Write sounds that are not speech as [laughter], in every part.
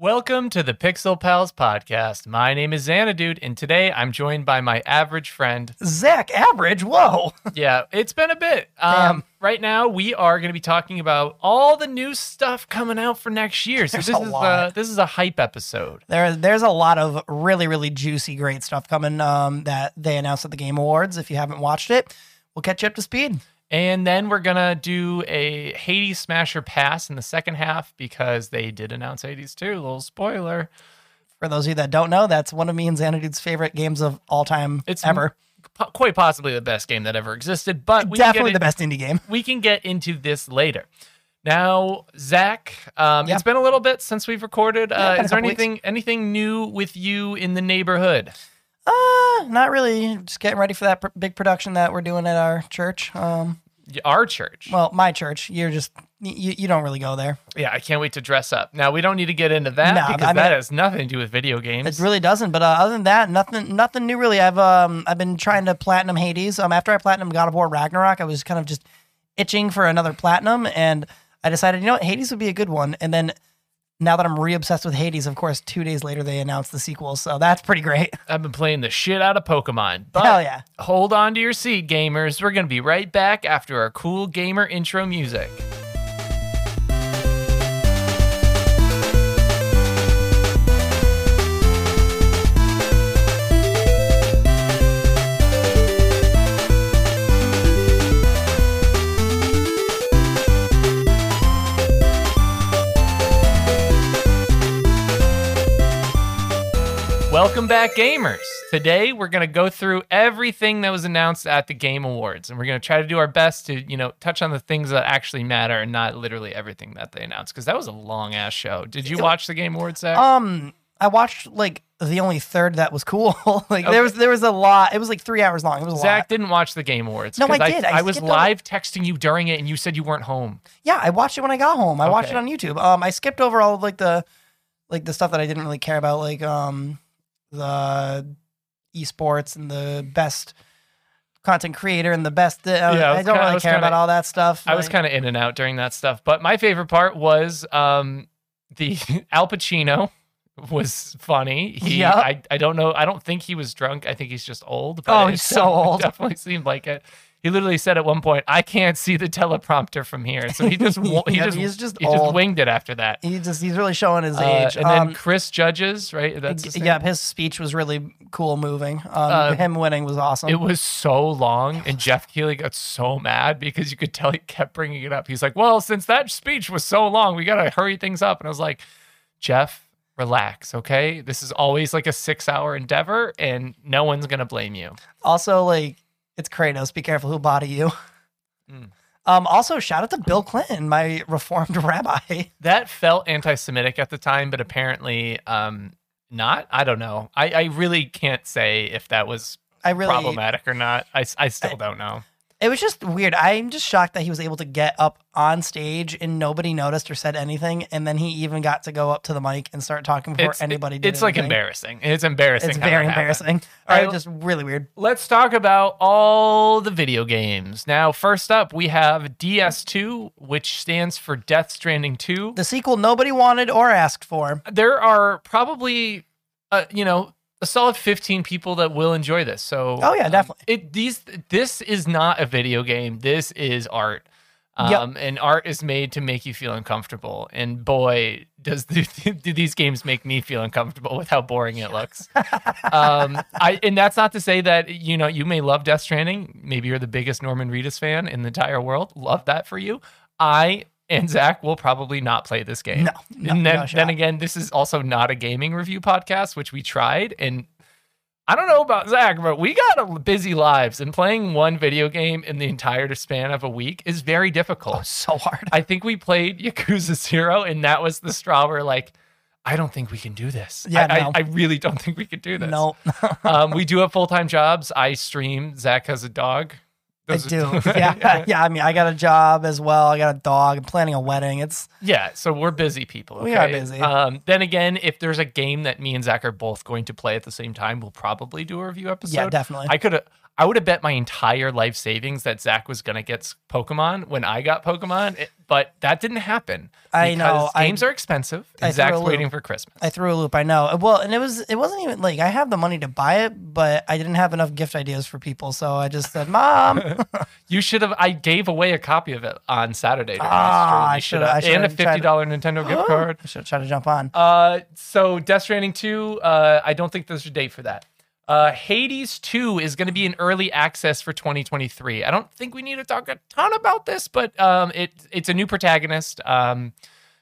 Welcome to the Pixel Pals podcast. My name is Xanadude, and today I'm joined by my average [laughs] friend. Zach, average. Whoa. Yeah, it's been a bit. Um, right now, we are going to be talking about all the new stuff coming out for next year. So [laughs] There's this a is lot. a, this is a hype episode. There, there's a lot of really, really juicy, great stuff coming um, that they announced at the Game Awards. If you haven't watched it, we'll catch you up to speed. And then we're gonna do a Hades Smasher pass in the second half because they did announce Hades 2. Little spoiler. For those of you that don't know, that's one of me and Xanadude's favorite games of all time It's ever. Po- quite possibly the best game that ever existed, but we can get Definitely in- the best indie game. we can get into this later. Now, Zach, um, Yeah. it's been a little bit since we've recorded. Yeah, uh, been a is there couple weeks. anything anything new with you in the neighborhood? Uh, not really. Just getting ready for that pr- big production that we're doing at our church. Um, Y- Our church. well, my church. You're just you, you don't really go there. yeah, I can't wait to dress up. Now we don't need to get into that No, because I mean- that has nothing to do with video games. It really doesn't. But uh, other than that, nothing, nothing new really. I've um, I've been trying to platinum Hades. Um, after I platinum God of War Ragnarok, I was kind of just itching for another platinum, and I decided, you know, what, Hades would be a good one. And then now that I'm re obsessed with Hades, of course, two days later they announced the sequel, so that's [laughs] pretty great. I've been playing the shit out of Pokemon. But Hell yeah! hold on to your seat, gamers. We're gonna be right back after our cool gamer intro music. Welcome back, gamers. Today we're going to go through everything that was announced at the Game Awards, and we're going to try to do our best to, you know, touch on the things that actually matter and not literally everything that they announced because that was a long ass show. Did you watch the Game Awards? Zach? Um, I watched like the only third that was cool. [laughs] like Okay. there was there was a lot. It was like three hours long. It was a lot. Zach didn't watch the Game Awards. No, I 'cause did. I, I was skipped all- live texting you during it, and you said you weren't home. Yeah, I watched it when I got home. I watched Okay. it on YouTube. Um, I skipped over all of like the like the stuff that I didn't really care about, like um the esports and the best content creator and the best. Uh, I I, was don't kinda- I really was care kinda- about all that stuff. I was Like, kind of in and out during that stuff, but my favorite part was um, the [laughs] Al Pacino was funny. He, Yeah. I, I don't know. I don't think he was drunk. I think he's just old. But Oh, it he's so [laughs] old. Definitely seemed like it. He literally said at one point, "I can't see the teleprompter from here," so he [laughs] just wa- he Yeah, just he's just he just old. winged it after that. he just he's really showing his Uh, age. and then Um, Chris judges right. That's his name? yeah, his speech was really cool, moving. Um, Uh, him winning was awesome. It was so long, and Jeff Keighley got so mad because you could tell he kept bringing it up. He's like, "Well, since that speech was so long, we gotta hurry things up." And I was like, "Jeff, relax, okay? This is always like a six-hour endeavor, and no one's gonna blame you." also, like it's Kratos. Be careful who body you. Mm. Um, also, shout out to Bill Clinton, my reformed [laughs] rabbi. That felt anti-Semitic at the time, but apparently, um, not. I don't know. I, I really can't say if that was I really problematic or not. I, s- I still don't know. It was just weird. I'm just shocked that he was able to get up on stage and nobody noticed or said anything, and then he even got to go up to the mic and start talking before It's, anybody did. it's like anything. embarrassing. It's embarrassing. It's how that very happened. embarrassing. All I right. just really weird. Let's talk about all the video games. Now, first up, we have DS2, which stands for Death Stranding 2. The sequel nobody wanted or asked for. There are probably, uh, you know, a solid 15 people that will enjoy this. So, Oh, yeah, um, definitely. It these this is not a video game. This is art. Yep. Um, and art is made to make you feel uncomfortable. And boy, does [laughs] the, do these games make me feel uncomfortable with how boring it looks. um, I and that's not to say that you know you may love Death Stranding. Maybe you're the biggest Norman Reedus fan in the entire world. Love that for you. I and Zach will probably not play this game. No, no, and then, no then shot. again, this is also not a gaming review podcast, which we tried. And I don't know about Zach, but we got a busy lives, and playing one video game in the entire span of a week is very difficult. so hard. I think we played Yakuza Zero, and that was the straw where like, I don't think we can do this. Yeah, I, I- no. I, really don't think we can do this. No, [laughs] um, we do have full time jobs. I stream. Zach has a dog. I Those- do. [laughs] Yeah, yeah. I mean, I got a job as well. I got a dog. I'm planning a wedding. It's Yeah, so we're busy people. We are okay? busy. Um, then again, if there's a game that me and Zach are both going to play at the same time, we'll probably do a review episode. yeah, definitely. I could have. I would have bet my entire life savings that Zach was gonna get s- Pokemon when I got Pokemon, it- but that didn't happen. I know, because I- games are expensive. I And Zach's threw a loop. waiting for Christmas. I threw a loop. I know. Well, and it was it wasn't even like I have the money to buy it, but I didn't have enough gift ideas for people, so I just [laughs] said, "Mom, You should have. I gave away a copy of it on Saturday. during the Ah, stream. You I should shoulda- I have. And a shoulda tried fifty to- dollar Nintendo [gasps] gift card. I should try to jump on." Uh, so Death Stranding two. Uh, I don't think there's a date for that. Uh, Hades two is going to be in early access for 2023. I don't think we need to talk a ton about this, but um, it it's a new protagonist, um,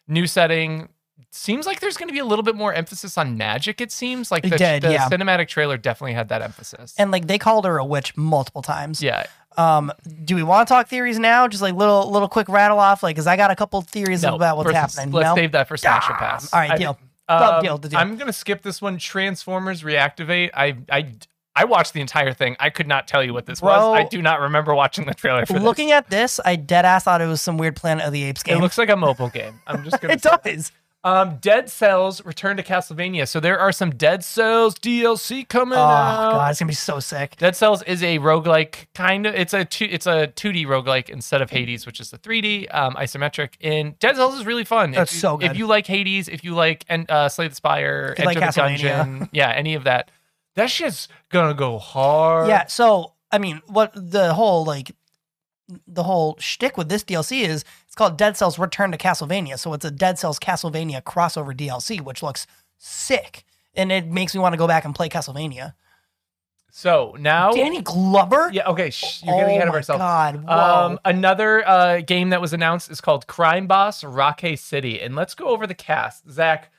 new setting. Seems like there's going to be a little bit more emphasis on magic. It seems like It the, did, the yeah. cinematic trailer definitely had that emphasis. And like they called her a witch multiple times. yeah, Um, do we want to talk theories now? Just like little little quick rattle off, like because I got a couple theories No, about what's versus- happening. Let's No? save that for Smash or Ah, Pass. all right, I- deal. Um, Love deal, the deal. I'm gonna skip this one. Transformers Reactivate. I I I watched the entire thing. I could not tell you what this Bro. was. I do not remember watching the trailer for Looking at this, I dead ass thought it was some weird Planet of the Apes this. It game. looks like a mobile game. I'm [laughs] just gonna. It does. um, Dead Cells Return to Castlevania. So there are some Dead Cells DLC coming Oh out. god, it's gonna be so sick. Dead Cells is a roguelike kind of it's a two it's a 2D roguelike instead of Hades, which is the 3D um, isometric. And Dead Cells is really fun. That's if you, so good. If you like Hades, if you like and uh, Slay the Spire, If you like Enter the Castlevania. [laughs] Dungeon, yeah, any of that, that shit's gonna go hard. Yeah. So I mean, what the whole like the whole shtick with this DLC is it's called Dead Cells Return to Castlevania. So it's a Dead Cells Castlevania crossover DLC, which looks sick, and it makes me want to go back and play Castlevania. So now, Danny Glover. yeah, okay, shh, Oh. you're getting oh ahead of my ourselves. God. Whoa. Um, another uh, game that was announced is called Crime Boss Rocky City, and let's go over the cast. Zach,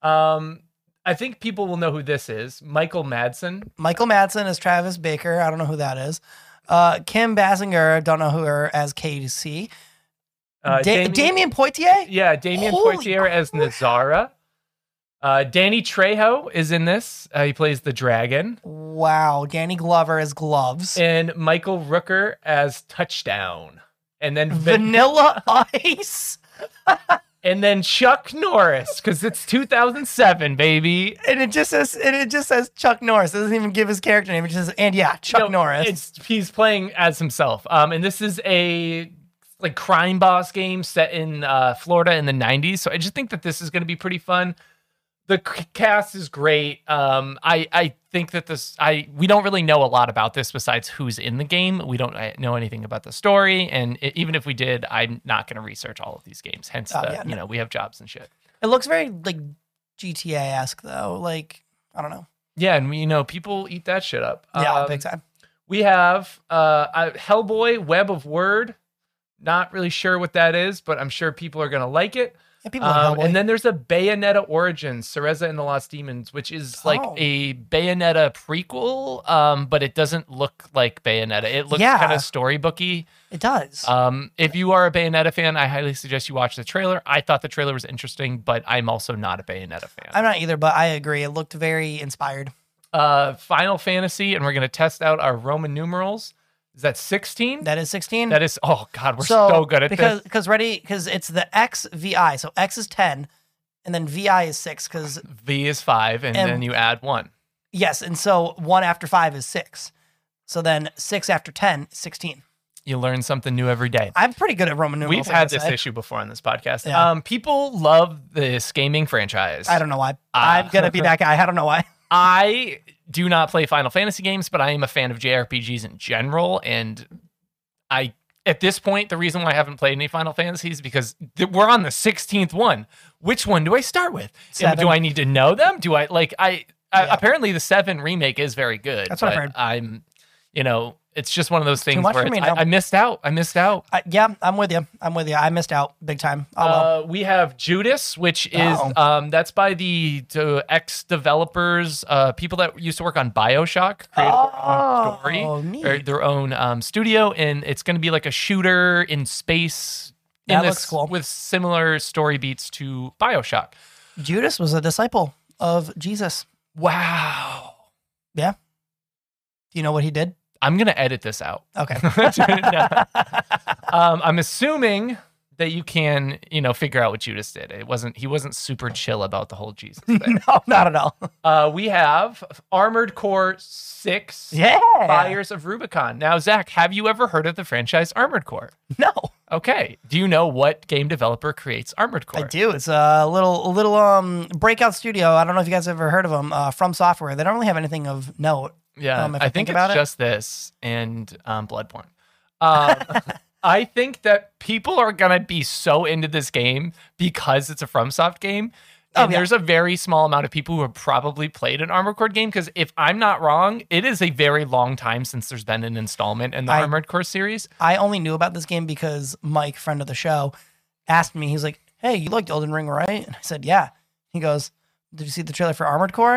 um, I think people will know who this is. Michael Madsen, Michael Madsen as Travis Baker. I don't know who that is. Uh, Kim Basinger, don't know who her as KC. uh, da- Damien- Damien Poitier? Yeah, Damien Holy Poitier as Nazara. Uh, Danny Trejo is in this. Uh, he plays the dragon. Wow. Danny Glover as Gloves. And Michael Rooker as Touchdown. And then Van- Vanilla [laughs] Ice. and then Chuck Norris because it's 2007, baby. And it just says and it just says Chuck Norris. It doesn't even give his character name. It just says and yeah, Chuck No, Norris. It's, he's playing as himself. Um, and this is a like crime boss game set in uh, Florida in the 90s. So I just think that this is going to be pretty fun. The c- cast is great. Um, I I think that this I we don't really know a lot about this besides who's in the game. We don't uh, know anything about the story, and i even if we did, I'm not going to research all of these games. Hence, Oh, the, yeah, you know we have jobs and shit. It looks very like GTA esque though. Like I don't know. Yeah, and we, you know people eat that shit up. Yeah, Um, big time. We have uh, uh, Hellboy Web of Word. Not really sure what that is, but I'm sure people are gonna like it. Yeah, people Um, love Hellboy. and then there's a Bayonetta Origins, Cereza and the Lost Demons, which is like Oh. a Bayonetta prequel, um, but it doesn't look like Bayonetta. It looks Yeah. kind of storybooky. it does. Um, if you are a Bayonetta fan, I highly suggest you watch the trailer. I thought the trailer was interesting, but I'm also not a Bayonetta fan. I'm not either, but I agree. It looked very inspired. uh, Final Fantasy, and we're gonna test out our Roman numerals. Is that 16? That is 16. That is oh god, we're so, good at Mm. because, this. Because ready, because it's the X VI. So X is ten, and then VI is six. Because V is five, and, And- then you add one. yes, and so one after five is six. So then six after ten is sixteen. You learn something new every day. I'm pretty good at Roman We've numerals. I had gotta this say. issue before on this podcast. Yeah. Um, people love this gaming franchise. I don't know why. Ah. I'm gonna be that guy. I don't know why. I do not play Final Fantasy games, but I am a fan of JRPGs in general. And I, at this point, the reason why I haven't played any Final Fantasies is because th- we're on the 16th one. Which one do I start with? And Seven. do I need to know them? Do I, like, I, I Yeah. apparently the 7 remake is very good. That's what I've but heard. I'm, you know, it's just one of those things much where for me it's- I, now. I missed out. I missed out. I, yeah, I'm with you. I'm with you. I missed out big time. Oh well. Uh, we have Judas, which is Oh. um, that's by the ex developers, uh, people that used to work on Bioshock, Uh, created Oh, their own story, neat. or their own um, studio, and it's going to be like a shooter in space. In That this, looks cool. With similar story beats to Bioshock. Judas was a disciple of Jesus. Wow. Do you know what he did? [laughs] I'm gonna edit this out. Okay. um, I'm assuming that you can, you know, figure out what Judas did. It wasn't he wasn't super chill about the whole Jesus thing. [laughs] No, not at all. uh, we have Armored Core Six. Yeah. Buyers of Rubicon. Now, Zach, have you ever heard of the franchise Armored Core? No, Okay. Do you know what game developer creates Armored Core? I do. It's a little, a little um breakout studio. I don't know if you guys have ever heard of them. Uh, from Software. They don't really have anything of note. Yeah, um, if I I think, think it's about it. just this and um, Bloodborne. [laughs] Um, I think that people are gonna be so into this game because it's a FromSoft game. Oh, And yeah. there's a very small amount of people who have probably played an Armored Core game because if I'm not wrong, it is a very long time since there's been an installment in the I- Armored Core series. I only knew about this game because Mike, friend of the show, asked me. He's like, "Hey, you liked Elden Ring, right?" And I said, "Yeah." He goes, "Did you see the trailer for Armored Core?" [laughs]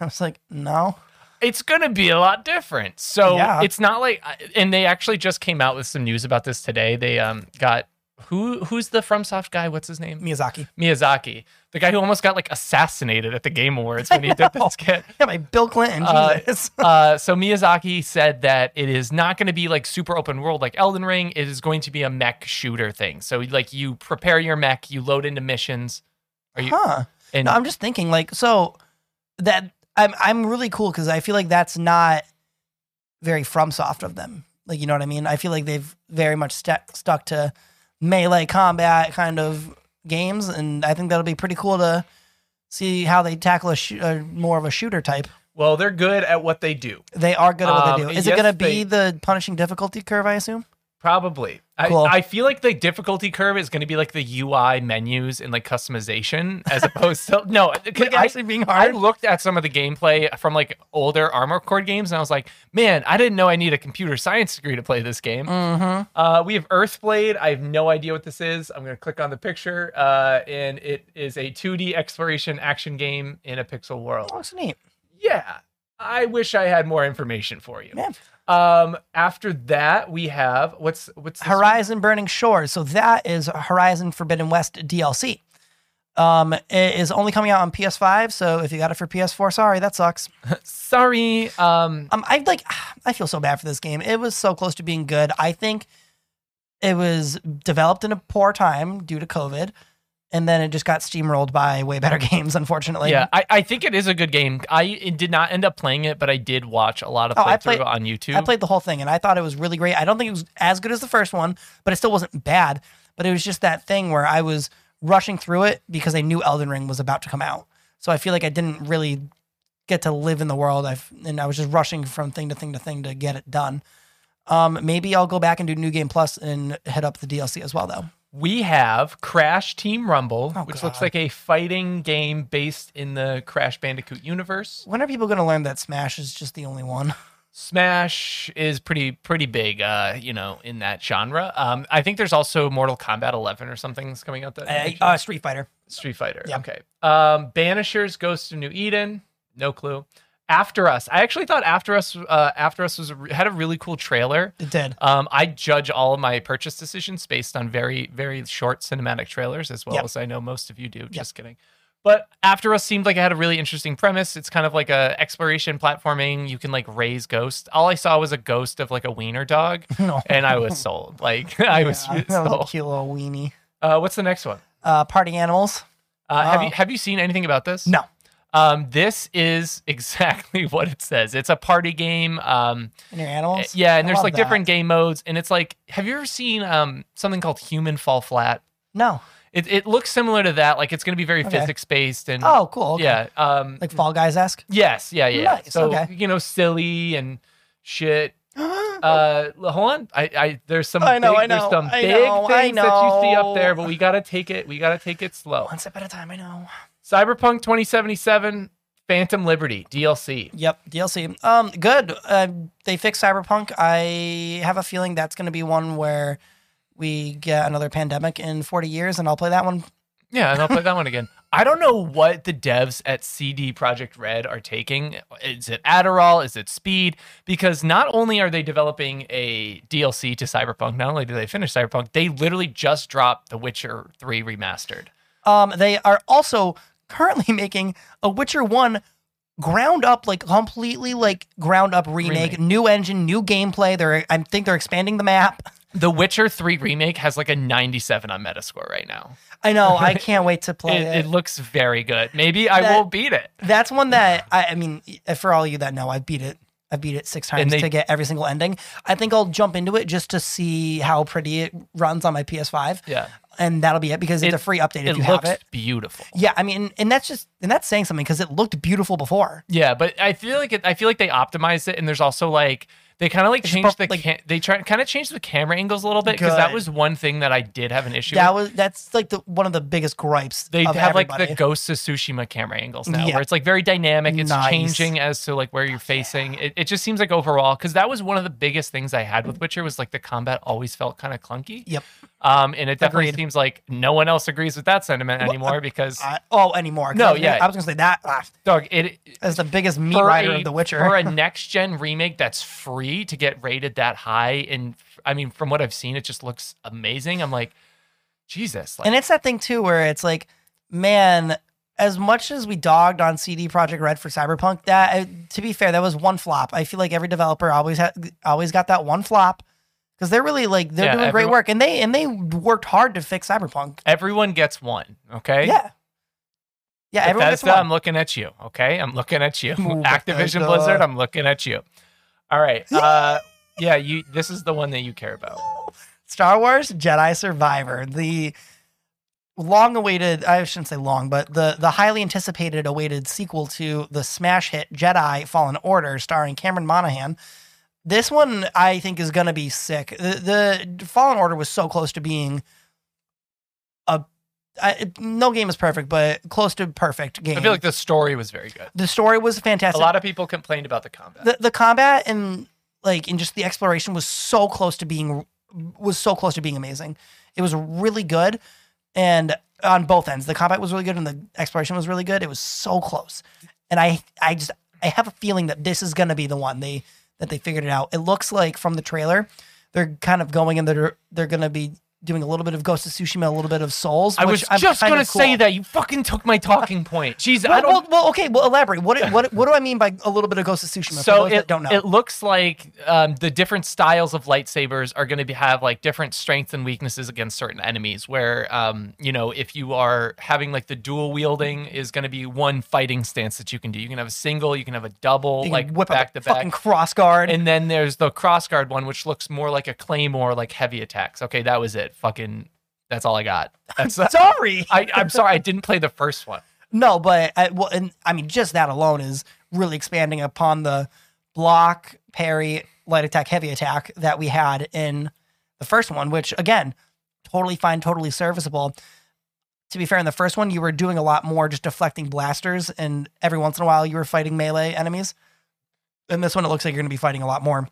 I was like, "No." It's gonna be a lot different. So Yeah. it's not like, and they actually just came out with some news about this today. They um got who who's the FromSoft guy? What's his name? Miyazaki. Miyazaki, the guy who almost got like assassinated at the Game Awards when he did know. this skit. Yeah, by Bill Clinton. Uh, Jesus. Uh, so Miyazaki said that it is not going to be like super open world like Elden Ring. It is going to be a mech shooter thing. So like you prepare your mech, you load into missions, are you- huh. and No, I'm just thinking like so that I'm I'm really cool because I feel like that's not very FromSoft of them. Like you know what I mean? I feel like they've very much stuck stuck to melee combat kind of games, and I think that'll be pretty cool to see how they tackle a, shoo- a more of a shooter type. well, they're good at what they do. They are good at what they Um, do. Is yes, it gonna they- be the punishing difficulty curve? I assume. Probably. Cool. I, I feel like the difficulty curve is going to be like the UI menus and like customization as opposed to [laughs] no. 'cause Like I- actually being I hard. looked at some of the gameplay from like older Armor Core games, and I was like, man, I didn't know I need a computer science degree to play this game. mm-hmm. Uh, we have Earthblade. I have no idea what this is. I'm gonna click on the picture, uh, and it is a 2D exploration action game in a pixel world. Looks neat. Yeah, I wish I had more information for you. Yeah. Um, after that, we have what's what's this? Horizon Burning Shores. So that is Horizon Forbidden West DLC. Um, it is only coming out on PS5. So if you got it for PS4, sorry, that sucks. Sorry. Um, Um, I like. [sighs] I feel so bad for this game. It was so close to being good. I think it was developed in a poor time due to COVID, and then it just got steamrolled by way better [laughs] games. Unfortunately. yeah, I, I think it is a good game. I did not end up playing it, but I did watch a lot of Oh, playthrough I played- on YouTube. I played the whole thing and I thought it was really great. I don't think it was as good as the first one, but it still wasn't bad. But it was just that thing where I was rushing through it because I knew Elden Ring was about to come out. So I feel like I didn't really get to live in the world. I've and I was just rushing from thing to thing to thing to get it done. Um, maybe I'll go back and do New Game Plus and head up the DLC as well, though. We have Crash Team Rumble, Oh, which God. looks like a fighting game based in the Crash Bandicoot universe. When are people going to learn that Smash is just the only one? Smash is pretty pretty big, uh, you know, in that genre. Um, I think there's also Mortal Kombat 11 or something's coming out that Uh, next [laughs] year. uh, Street Fighter. Street Fighter. yeah. Okay. Um, Banishers, Ghost of New Eden. No clue. After Us. I actually thought After Us. Uh, After Us was a re- had a really cool trailer. It did. Um, I judge all of my purchase decisions based on very, very short cinematic trailers, as well Yep. as I know most of you do. Just kidding. But After Us seemed like it had a really interesting premise. It's kind of like a exploration platforming. You can like raise ghosts. All I saw was a ghost of like a wiener dog, [laughs] [laughs] No. and I was sold. Like [laughs] I [laughs] was Yeah, that was a sold. cute little weenie. Uh, what's the next one? Uh, party animals. Uh, Have you Oh. have you seen anything about this? No. Um, this is [laughs] exactly what it says. It's a party game. Um, And your animals. yeah, and I there's love like that. different game modes, and it's like, have you ever seen um something called Human Fall Flat? No. It it looks similar to that. Like it's going to be very Okay. physics based and Oh, cool. Okay. Mm-hmm. yeah, um, Like Fall Guys esque. yes, yeah, yeah. Nice, so okay. you know, silly and shit. I [gasps] Uh, l- hold on. I, I there's some Oh. I know, big, I there's know, some I big know, I things that you see up there, know. but we gotta take it. We gotta take it slow. One step at a time, I know. Cyberpunk 2077, Phantom Liberty DLC. Yep, DLC. Um, good. Uh, they fixed Cyberpunk. I have a feeling that's going to be one where we get another pandemic in 40 years, and I'll play that one. Yeah, and I'll play that one again. I don't know what the devs at CD Project Red are taking. Is it Adderall? Is it Speed? Because not only are they developing a DLC to Cyberpunk, not only do they finish Cyberpunk, they literally just dropped The Witcher 3 remastered. Um, they are also currently [laughs] making a Witcher 1 ground up, like completely like ground up remake, Remake. new engine, new gameplay. They're I think they're expanding the map. [laughs] The Witcher 3 remake has like a 97 on Metascore right now. I know. [laughs] I can't wait to play It, it. it looks very good. Maybe I That- will beat it. That's one that I, I mean, for all you that know, I beat it. I beat it six times And they- to get every single ending. I think I'll jump into it just to see how pretty it runs on my PS5. Yeah. and that'll be it because it's It- a free update if It you have looks it. beautiful. Yeah, I mean, and that's just and that's saying something because it looked beautiful before. Yeah, but I feel like it, I feel like they optimized it, and there's also like they kind of like changed the prob- like- ca- they try kind of changed the camera angles a little bit because that Good. was one thing that I did have an issue. That with. was that's like the one of the biggest gripes. They of have like everybody. the Ghost of Tsushima camera angles now, Yeah. where it's like very dynamic. It's Nice. changing as to like where you're facing. It, it just seems like overall because that was one of the biggest things I had with Witcher was like the combat always felt kind of clunky. Yep. Um, and it definitely Agreed. seems like no one else agrees with that sentiment anymore because I- oh anymore. 'cause No, I was gonna- yeah. I was gonna say that ah, dog it as the biggest meat for rider a- of The Witcher. [laughs] for a next gen remake that's free to get rated that high. And f- I mean, from what I've seen, it just looks amazing. I'm like, Jesus, like, and it's that thing too where it's like, man, as much as we dogged on CD Project Red for Cyberpunk, that uh, to be fair, that was one flop. I feel like every developer always had always got that one flop because they're really like they're Yeah, doing great everyone- work and they and they worked hard to fix Cyberpunk. everyone gets one. Okay. Yeah. Yeah, everyone gets Bethesda, one. I'm looking at you. Okay. I'm looking at you. Ooh, [laughs] Activision Bethesda. Blizzard, I'm looking at you. All [laughs] right. Uh, yeah. You. This is the one that you care about. Star Wars Jedi Survivor, the long-awaited, I shouldn't say long, but the the highly anticipated awaited sequel to the smash hit Jedi Fallen Order starring Cameron Monaghan. This one I think is going to be sick. The, the Fallen Order was so close to being a I, it- no game is perfect, but close to perfect game. I feel like the story was very good. the story was A fantastic. lot of people complained about the combat. the the combat and like and just the exploration was so close to being was so close to being amazing. It was really good, and on both ends, the combat was really good and the exploration was really good. It was so close, and I I just I have a feeling that this is gonna be the one they that they figured it out. It looks like from the trailer, they're kind of going and they're they're gonna be doing a little bit of Ghost of Tsushima, a little bit of Souls. I which was I'm just kinda gonna say cool. that you fucking took my talking point. Jeez, I Well, don't. well, well, okay. Well, elaborate. What, what what do I mean by a little bit of Ghost of Tsushima? for so those it, that don't know. it looks like um, the different styles of lightsabers are going to have like different strengths and weaknesses against certain enemies where um, you know if you are having like the dual wielding is going to be one fighting stance that you can do you can have a single you can have a double You can like whip back up to a back fucking cross guard. and then there's the crossguard one which looks more like a claymore like heavy attacks okay that was it fucking that's all i [laughs] got that's [laughs] Sorry, [laughs] I, i'm sorry i didn't play the first one no, but I, well, and, I mean, just that alone is really expanding upon the block, parry, light attack, heavy attack that we had in the first one, which again, totally fine, totally serviceable. To be fair, in the first one, you were doing a lot more just deflecting blasters, and every once in a while, you were fighting melee enemies. In this one, it looks like you're going to be fighting a lot more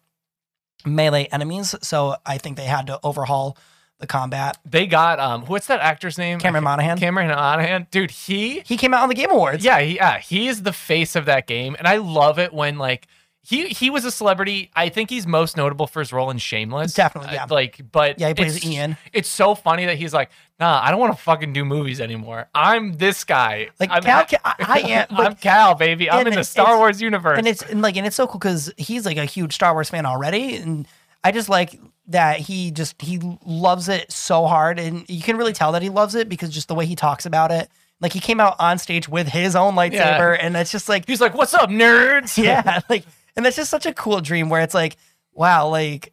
melee enemies. So I think they had to overhaul the combat. they got um what's that actor's name Cameron Monaghan. Cameron Monahan, dude, he he came out on the Game Awards. yeah, he, yeah, he is the face of that game, and I love it when like he he was a celebrity. I think he's most notable for his role in Shameless, Definitely, Uh, yeah. like, but Yeah, he plays it's- Ian. It's so funny that he's like, nah, I don't want to fucking do movies anymore. I'm this guy. Like I'm, Cal, Ca- I, [laughs] I am, like, I'm Cal, baby. I'm and in the it's- Star Wars universe. and it's and like, and it's so cool because he's like a huge Star Wars fan already, and I just like that he just he loves it so hard, and you can really tell that he loves it because just the way he talks about it. Like he came out on stage with his own lightsaber, and it's just like, [laughs] he's like, what's up, nerds? [laughs] yeah, like, and that's just such a cool dream where it's like, wow, like.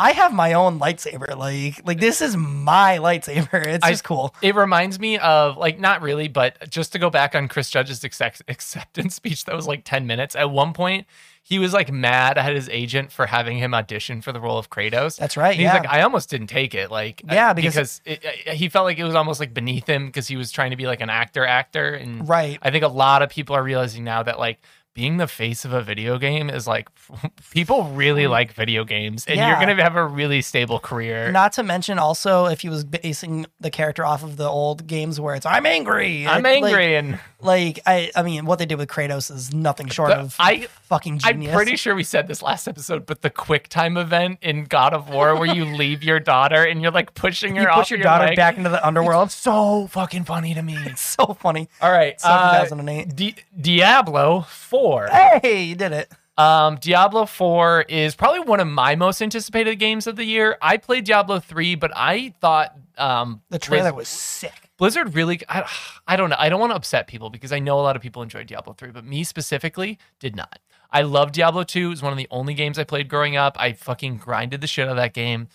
I have my own lightsaber. Like, like this is my lightsaber. [laughs] It's I- just cool. It reminds me of like not really, but just to go back on Chris Judge's accept- acceptance speech that was like 10 minutes. At one point, he was like mad at his agent for having him audition for the role of Kratos. That's right. And he's yeah. like, I almost didn't take it. Like, I- Yeah, because- because it, I- he felt like it was almost like beneath him because he was trying to be like an actor, actor. And right. I think a lot of people are realizing now that like being the face of a video game is like [laughs] people really like video games and Yeah. you're going to have a really stable career. Not to mention also if he was basing the character off of the old games where it's I'm angry. I'm It- angry Like, and. like, I I mean what they did with Kratos is nothing short The- of I- fucking genius. I'm pretty sure we said this last episode, but the quick time event in God of War where you leave your daughter and you're like pushing her you off put your you're daughter like, back into the [laughs] underworld. So fucking funny to me. so funny. [laughs] All right. So uh, 2008. Di- Diablo 4. Hey, you did it. Um, Diablo 4 is probably one of my most anticipated games of the year. I played Diablo 3, but I thought um, The trailer was sick. Blizzard really, I, I don't know. I don't want to upset people because I know a lot of people enjoyed Diablo 3, but me specifically did not. I love Diablo 2. It was one of the only games I played growing up. I fucking grinded the shit out of that game.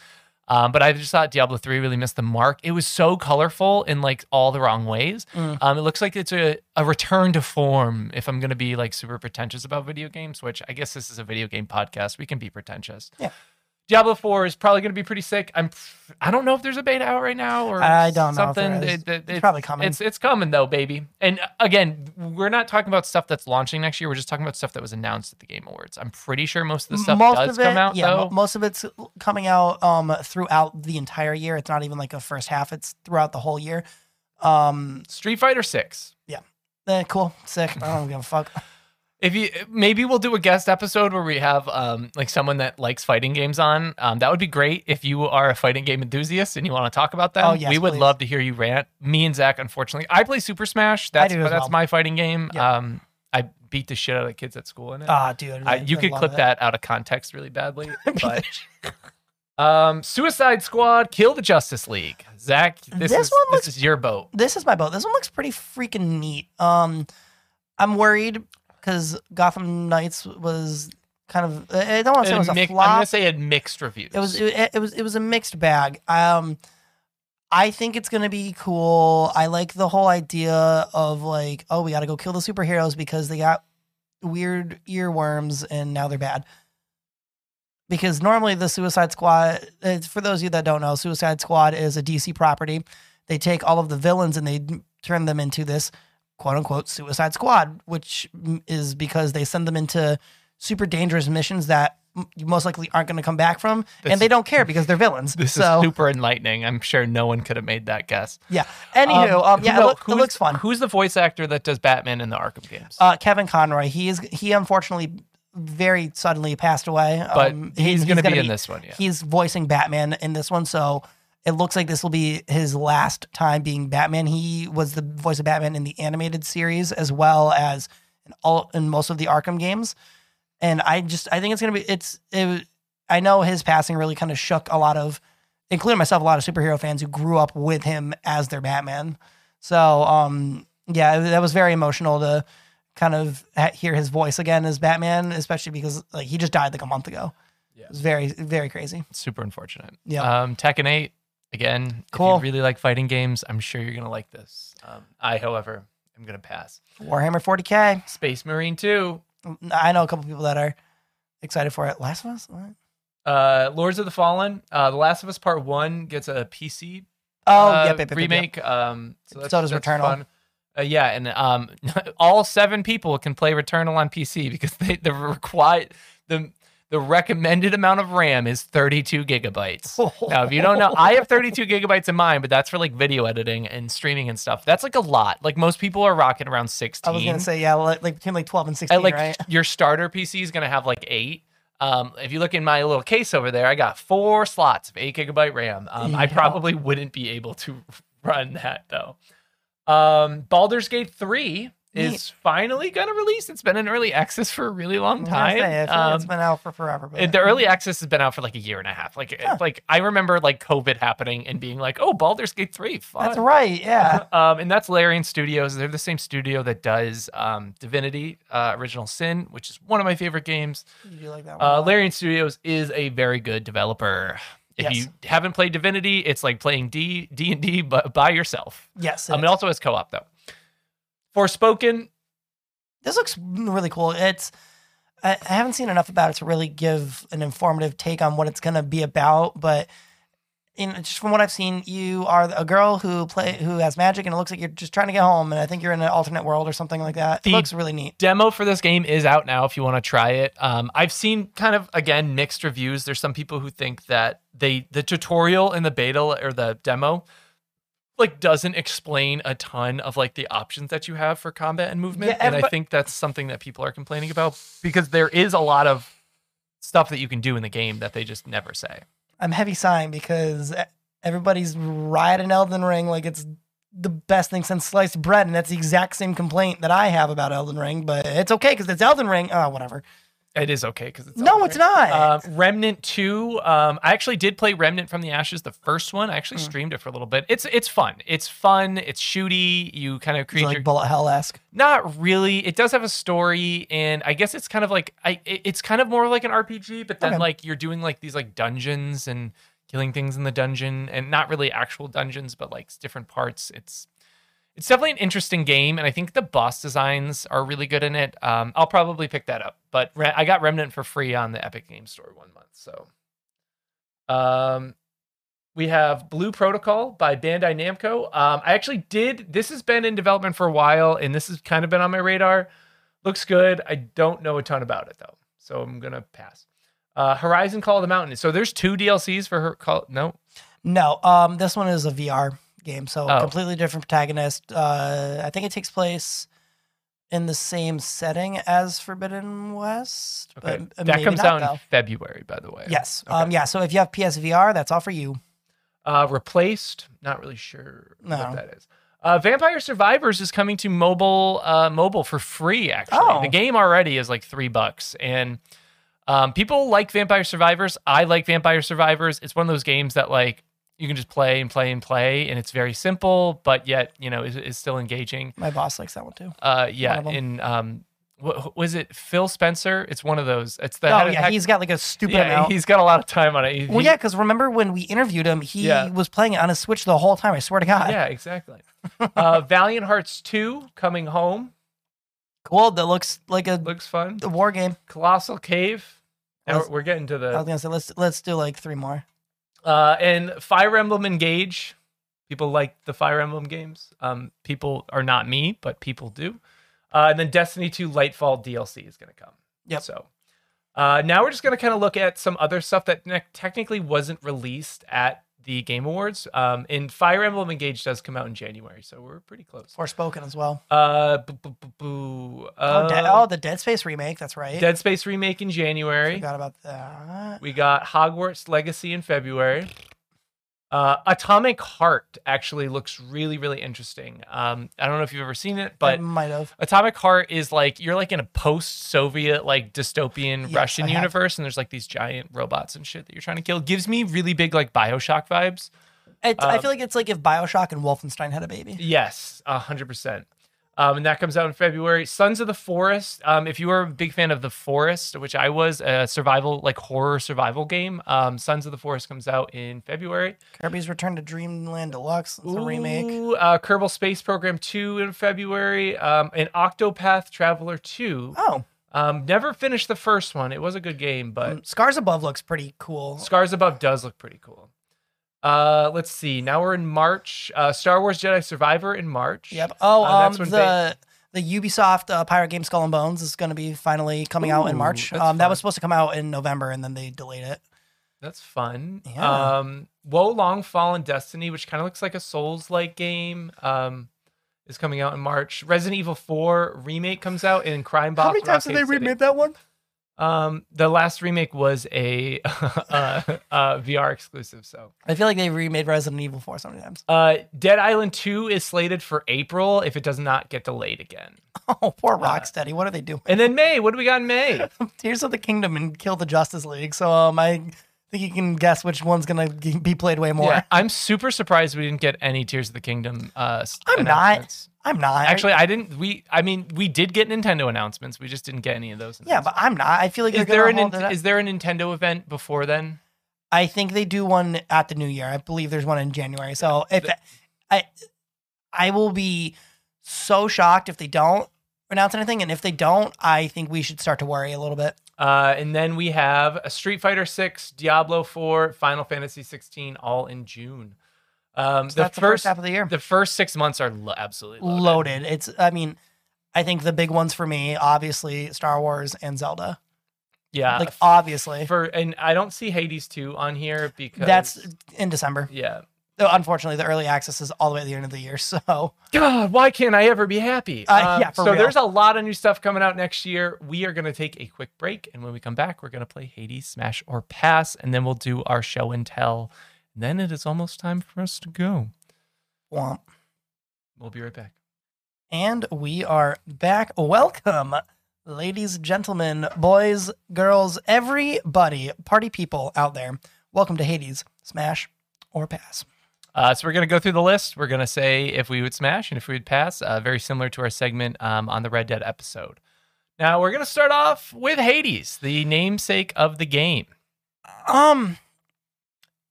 Um, but I just thought Diablo 3 really missed the mark. It was so colorful in like all the wrong ways. Mm. Um, it looks like it's a, a return to form if I'm going to be like super pretentious about video games, which I guess this is a video game podcast. We can be pretentious. Yeah. Diablo 4 is probably going to be pretty sick. I'm I don't know if there's a beta out right now or I don't know if something. there is. It- it- It's probably coming. It's it's coming though, baby. And uh, again, we're not talking about stuff that's launching next year. We're just talking about stuff that was announced at the Game Awards. I'm pretty sure most of the stuff most does of it, come out yeah, mo- though. most of it's coming out um, throughout the entire year. It's not even like a first half. It's throughout the whole year. Um, Street Fighter 6. eh, cool, sick. I don't give a fuck. If you maybe we'll do a guest episode where we have um like someone that likes fighting games on. Um that would be great if you are a fighting game enthusiast and you want to talk about that. Oh, yes, we would please. love to hear you rant. Me and Zach, unfortunately, I play Super Smash. That's do as that's well. my fighting game. Yeah. Um I beat the shit out of the kids at school in it. Ah, dude, I, you I could love clip it. that out of context really [laughs] badly. But um, Suicide Squad, kill the Justice League. Zach, this, This is one this is your boat. This is my boat. This one looks pretty freaking neat. Um, I'm worried because Gotham Knights was kind of. I I don't want to say it was a And mi- I'm flop. gonna say it mixed reviews. It was it, it was it was a mixed bag. Um, I think it's gonna be cool. I like the whole idea of like, oh, we gotta go kill the superheroes because they got weird earworms and now they're bad. Because normally the Suicide Squad, uh, for those of you that don't know, Suicide Squad is a DC property. They take all of the villains and they turn them into this quote unquote Suicide Squad, which mm, is because they send them into super dangerous missions that mm, you most likely aren't going to come back from, This- and they don't care because they're villains. [laughs] this so, is super enlightening. I'm sure no one could have made that guess. yeah. Anywho, um, yeah, it, no, look- it who's- looks fun. Who's the voice actor that does Batman in the Arkham games? Uh, Kevin Conroy, he is he unfortunately very suddenly passed away. but Um, he- he's, gonna, gonna be, in this one. Yeah. He's voicing Batman in this one, so it looks like this will be his last time being Batman. He was the voice of Batman in the animated series as well as in all in most of the Arkham games. And I just I think it's gonna be it's it, was- I know his passing really kind of shook a lot of including myself a lot of superhero fans who grew up with him as their Batman. So um yeah, that was very emotional to kind of ha- hear his voice again as Batman, especially because like he just died like a month ago. Yeah. It was very very crazy. super unfortunate. Yeah. Um, Tekken 8 again. Cool. If you really like fighting games, I'm sure you're gonna like this. Um, I, however, am gonna pass. Warhammer 40k. Space Marine 2. I know a couple people that are excited for it. Last of Us. What? uh Lords of the Fallen, uh The Last of Us Part 1 gets a PC Oh, uh, yep, yep, yep, yep, yep. remake um so, that's, So does that's Returnal. fun. Uh, yeah, and um [laughs] all 7 people can play Returnal on PC because [laughs] they the required the the recommended amount of RAM is 32 [laughs] gigabytes. Now, if you don't know, I have 32 gigabytes in mine, but that's for like video editing and streaming and stuff. That's like a lot. Like most people are rocking around 16. I was gonna say yeah, like, like between like 12 and 16, I like [laughs] right? your starter PC is gonna have like eight. Um, if you look in my little case over there, I got four slots of eight gigabyte RAM. Um, I Yeah. probably wouldn't be able to [laughs] run that though. Um, Baldur's Gate three is Neat. finally gonna release. It's been in early access for a really long I'm gonna time. say, I feel like it's Um, been out for forever. But it- the early access has been out for like a year and a half. Like, Huh. like I remember like COVID happening and being like, "Oh, Baldur's Gate three, fun. that's right. Yeah. um, and that's Larian Studios. They're the same studio that does um, Divinity, uh, Original Sin, which is one of my favorite games. you do like that one. Uh, Larian Studios is a very good developer. If Yes. you haven't played Divinity, it's like playing D D and D by, by yourself. yes. it Um, it is. also has co-op though. Forspoken, this looks really cool. It's I, I haven't seen enough about it to really give an informative take on what it's gonna be about, but in, just from what I've seen, you are a girl who play who has magic, and it looks like you're just trying to get home. And I think you're in an alternate world or something like that. The- it looks really neat. demo for this game is out now if you want to try it. Um, I've seen kind of again mixed reviews. There's some people who think that they the tutorial in the beta or the demo like doesn't explain a ton of like the options that you have for combat and movement. Yeah, and I everybo- think that's something that people are complaining about because there is a lot of stuff that you can do in the game that they just never say. I'm heavy sighing because e, everybody's riding Elden Ring like it's the best thing since sliced bread, and that's the exact same complaint that I have about Elden Ring. But it's okay because it's Elden Ring. Oh, whatever. It is okay because it's No, on it's there. not. Um, Remnant Two. Um, I actually did play Remnant from the Ashes, the first one. I actually streamed it for a little bit. It's it's fun. It's fun. It's shooty. You kind of It's create your like bullet hell esque. not really. It does have a story, and I guess it's kind of like I. it- It's kind of more like an RPG, but then Okay. like you're doing like these like dungeons and killing things in the dungeon, and not really actual dungeons, but like different parts. It's it's definitely an interesting game, and I think the boss designs are really good in it. Um, I'll probably pick that up, but Re- I got Remnant for free on the Epic Game Store one month, so. Um, we have Blue Protocol by Bandai Namco. Um, I actually did. This has been in development for a while, and this has kind of been on my radar. Looks good. I don't know a ton about it though, so I'm gonna pass. Uh, Horizon Call of the Mountain. So there's two DLCs for her. Call no. No, um, this one is a VR game, so Oh. completely different protagonist. Uh, I think it takes place in the same setting as Forbidden West. Okay, but, uh, that maybe comes not, out in though. February, by the way. Yes. Okay. Um, yeah. So if you have PSVR, that's all for you. Uh, replaced. Not really sure what No. that is. Uh, Vampire Survivors is coming to mobile, uh, mobile for free. Actually, Oh. the game already is like three bucks, and um, people like Vampire Survivors. I like Vampire Survivors. It's one of those games that like you can just play and play and play, and it's very simple, but yet you know is, is still engaging. My boss likes that one too. Uh, yeah, One of 'em. and um, what was it? Phil Spencer. It's one of those. It's the oh head of yeah, tech- he's got like a stupid yeah, amount. he's got a lot of time on it. He- well, he- yeah, because remember when we interviewed him, he Yeah. was playing it on his Switch the whole time. I swear to God. [laughs] yeah, exactly. uh, Valiant Hearts Two coming home. Cool. That looks like a, looks fun. a war game. Colossal Cave. Now Let's- we're getting to I was the gonna say let's let's do like three more. uh, and Fire Emblem Engage. People like the Fire Emblem games. Um, people are not me, but people do. Uh, and then Destiny 2 Lightfall DLC is going to come. Yep. So uh, now we're just going to kind of look at some other stuff that ne- technically wasn't released at the Game Awards. Um, and Fire Emblem Engage does come out in January, so we're pretty close. Forspoken as well. Uh, boo, boo, boo, boo. oh, Uh, De- oh, the Dead Space remake. That's right. Dead Space remake in January. Forgot about that. We got Hogwarts Legacy in February. Uh, Atomic Heart actually looks really, really interesting. Um, I don't know if you've ever seen it, I but might have. Atomic Heart is like you're like in a post-Soviet, like dystopian Yes, Russian I have. universe, and there's like these giant robots and shit that you're trying to kill. Gives me really big like Bioshock vibes. It, I Um, feel like it's like if Bioshock and Wolfenstein had a baby. Yes, a hundred percent. Um, and that comes out in February. Sons of the Forest. Um, if you were a big fan of The Forest, which I was, a survival like horror survival game. Um, Sons of the Forest comes out in February. Kirby's Return to Dreamland Deluxe. It's a remake. Ooh, Uh, Kerbal Space Program 2 in February, um, and Octopath Traveler 2. Oh, Um, never finished the first one. It was a good game, but Scars Above looks pretty cool. Scars Above does look pretty cool. Uh, let's see. Now we're in March. Uh, Star Wars Jedi Survivor in March. Yep. Oh, Uh, um, that's the when they- the Ubisoft uh, pirate game Skull and Bones is going to be finally coming out in Ooh, March. that's Um, that fun. was supposed to come out in November, and then they delayed it. That's fun. Yeah. Um, Woe Long Fallen Destiny, which kind of looks like a Souls like game, um, is coming out in March. Resident Evil 4 remake comes out in Crime Box. Rock Cave City. that one? Um, the last remake was a [laughs] uh, uh, VR exclusive. So, I feel like they remade Resident Evil Four sometimes. uh, Dead Island Two is slated for April if it does not get delayed again. [laughs] Oh, Uh, poor Rocksteady. What are they doing? [laughs] And then May. What do we got in May? Tears of the Kingdom and Kill the Justice League. So um, I think you can guess which one's going to be played way more. Yeah, I'm super surprised we didn't get any Tears of the Kingdom. Uh, s- I'm not. announcements. I'm not Actually, I didn't. We. I mean, we did get Nintendo announcements. We just didn't get any of those. Yeah, but I'm not. I feel like is they're there gonna an hold Nin- it up. is there a Nintendo event before then? I think they do one at the new year. I believe there's one in January. So if I, I will be so shocked if they don't announce anything, and if they don't, I think we should start to worry a little bit. Uh, and then we have a Street Fighter 6, Diablo 4, Final Fantasy 16, all in June. Um, So the that's the first first half of the year. the first six months are lo- absolutely loaded. Loaded. It's. I mean, I think the big ones for me, obviously, Star Wars and Zelda. Yeah, like obviously, for and I don't see Hades 2 on here because that's in December. yeah. Though, Unfortunately, the early access is all the way at the end of the year. [laughs] So God, why can't I ever be happy? Uh, yeah, for so real. there's a lot of new stuff coming out next year. We are going to take a quick break, and when we come back, we're going to play Hades, Smash, or Pass, and then we'll do our show and tell. And then it is almost time for us to go. womp. We'll be right back. And we are back. Welcome Ladies, gentlemen, boys, girls, everybody, party people out there, welcome to Hades. Smash or pass. Uh, so we're going to go through the list. We're going to say if we would smash and if we would pass, uh, very similar to our segment um, on the Red Dead episode. Now we're going to start off with Hades, the namesake of the game. Um,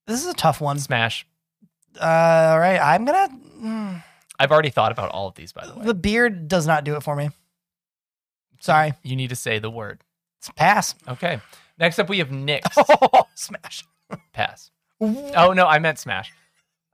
this is a tough one. Smash. Uh, all right, I'm gonna. mm, I've already thought about all of these, by the way. The beard does not do it for me. Sorry, You need to say the word. it's pass. [laughs] Okay. Next up, we have Nyx. Oh. Smash. Pass. Oh, no, I meant smash.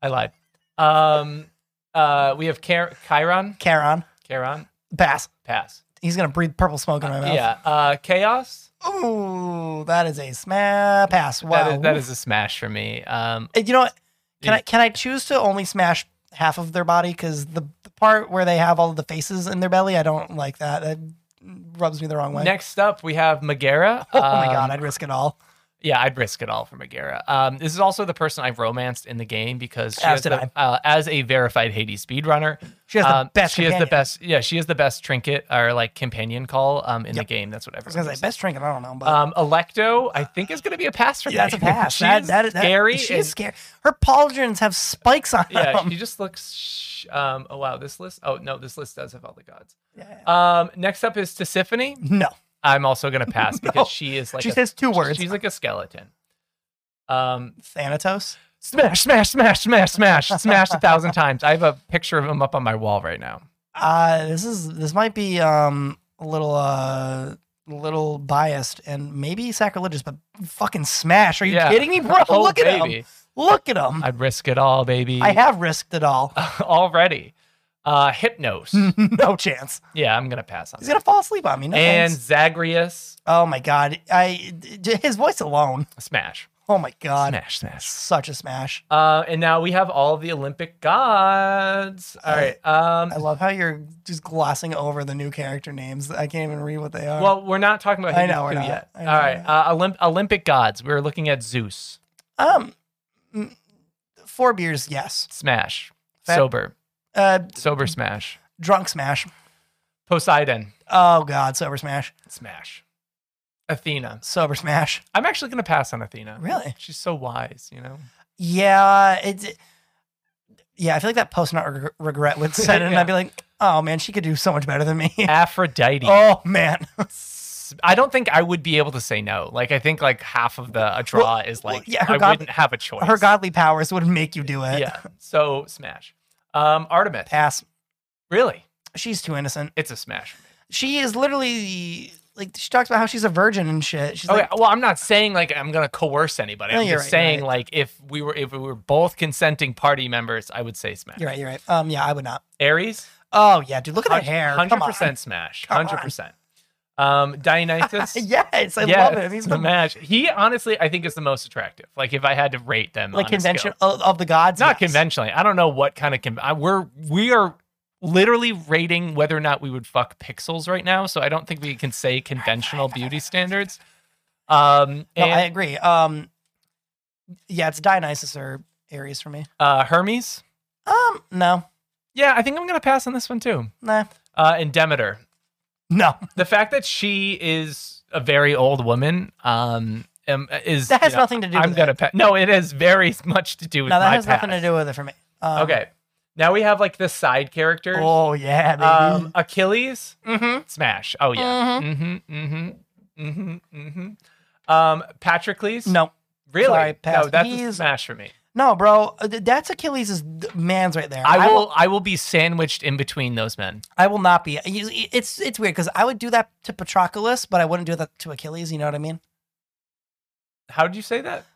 I lied. Um, uh, we have Char- Chiron. Charon, Chiron. pass. Pass. He's gonna breathe purple smoke in my mouth. Yeah. Uh, Chaos. Ooh, that is a smash pass. Wow. That is, that is a smash for me. Um, Uh, You know what? Can Yeah. I can I choose to only smash half of their body? Because the, the part where they have all the faces in their belly, I don't like that. That rubs me the wrong way. next up, we have Megara. [laughs] oh my god, Um, I'd risk it all. Yeah, I'd risk it all for Megara. Um, this is also the person I've romanced in the game because she As has did the, uh, as a verified Hades speedrunner. She has the um, best She has companion. the best. Yeah, she has the best trinket or like companion call um, in the game. That's what I was everyone. gonna uses. say best trinket. I don't know, but Um, Electo, I think is going to be a pass for me. [laughs] yeah, that's a pass. she's that, that, that, scary. and- She's scary. Her pauldrons have spikes on yeah, [laughs] them. she just looks. Sh- um, oh wow, this list. Oh no, this list does have all the gods. Yeah. Um, next up is Tisiphone. [laughs] no, I'm also [laughs] going to pass because No. she is like she a, says two words. She's like a skeleton. Um, Thanatos. smash, smash, smash, smash, smash, smash a [laughs] thousand times. I have a picture of him up on my wall right [laughs] now. Uh, this is this might be um a little uh little biased and maybe sacrilegious, but fucking smash! Are you Yeah. kidding me, bro? [laughs] Oh, Look at him! baby, Look at him! I'd risk it all, baby. I have risked it all. [laughs] [laughs] already. Uh, Hypnos. no chance. yeah, I'm gonna pass on. He's that. gonna fall asleep on me. No and thanks. Zagreus, oh my god, I d- his voice alone. smash. Oh my god, Smash, smash. such a smash! Uh, and now we have all the Olympic gods. All right. Um, I love how you're just glossing over the new character names. I can't even read what they are. well, we're not talking about I Hades know we're 2 not. yet. I All know right. we're Uh, Olymp- Olympic gods. We're looking at Zeus. um, mm, four beers, yes. Smash. Fat- Sober. Uh, Sober smash. drunk smash. Poseidon. Oh god, sober smash. Smash. Athena. Sober smash. I'm actually going to pass on Athena. Really? She's so wise, you [laughs] know? Yeah, it's yeah. I feel like that post not reg- regret would set in, [laughs] and Yeah. I'd be like, oh man, she could do so much better than me. Aphrodite. [laughs] oh man, S- I don't think I would be able to say no. Like, I think like half of the a draw Well, is well, like, yeah, her I god- wouldn't have a choice. her godly powers would make you do it. [laughs] Yeah. So, smash. Um, Artemis. pass. Really? She's too innocent. It's a smash. for me. She is literally like she talks about how she's a virgin and shit. She's Okay. like, well, I'm not saying like I'm gonna coerce anybody. No, I'm you're just right, you're saying right. like if we were if we were both consenting party members, I would say smash. you're right, you're right. Um, yeah, I would not. Aries, Oh yeah, dude, look at her hair. hundred Come on. percent smash, Come on. hundred percent. Um, Dionysus, [laughs] [laughs] Yes, I yes, love it. He's the, smash. He honestly, I think is the most attractive. Like if I had to rate them, like on a scale. convention of, of the gods. not yes. conventionally. I don't know what kind of con- I, we're we are literally rating whether or not we would fuck pixels right now. So I don't think we can say conventional beauty standards. Um, No, I and agree. Um, yeah, it's Dionysus or Aries for me. uh, Hermes. Um, no, Yeah, I think I'm gonna pass on this one too. nah, Uh, and Demeter. no. The fact that she is a very old woman um, um, is That has you know, nothing to do. I'm with gonna it. pa- no. It has very [laughs] much to do with No, that my has nothing to past. do with it for me. Um, okay, now we have like the side characters. Oh yeah, baby. um, Achilles, mm-hmm. smash. Oh yeah. Mm-hmm. Mm-hmm. Mm-hmm. Mm-hmm. Um, Patrocles. No, really. sorry, pass. No, that's a He's- smash for me. no, bro. Uh, Th- That's Achilles' th- man's right there. I will. I will be sandwiched in between those men. I will not be. you- It's it's weird because I would do that to Patroclus, but I wouldn't do that to Achilles. You know what I mean? How did you say that?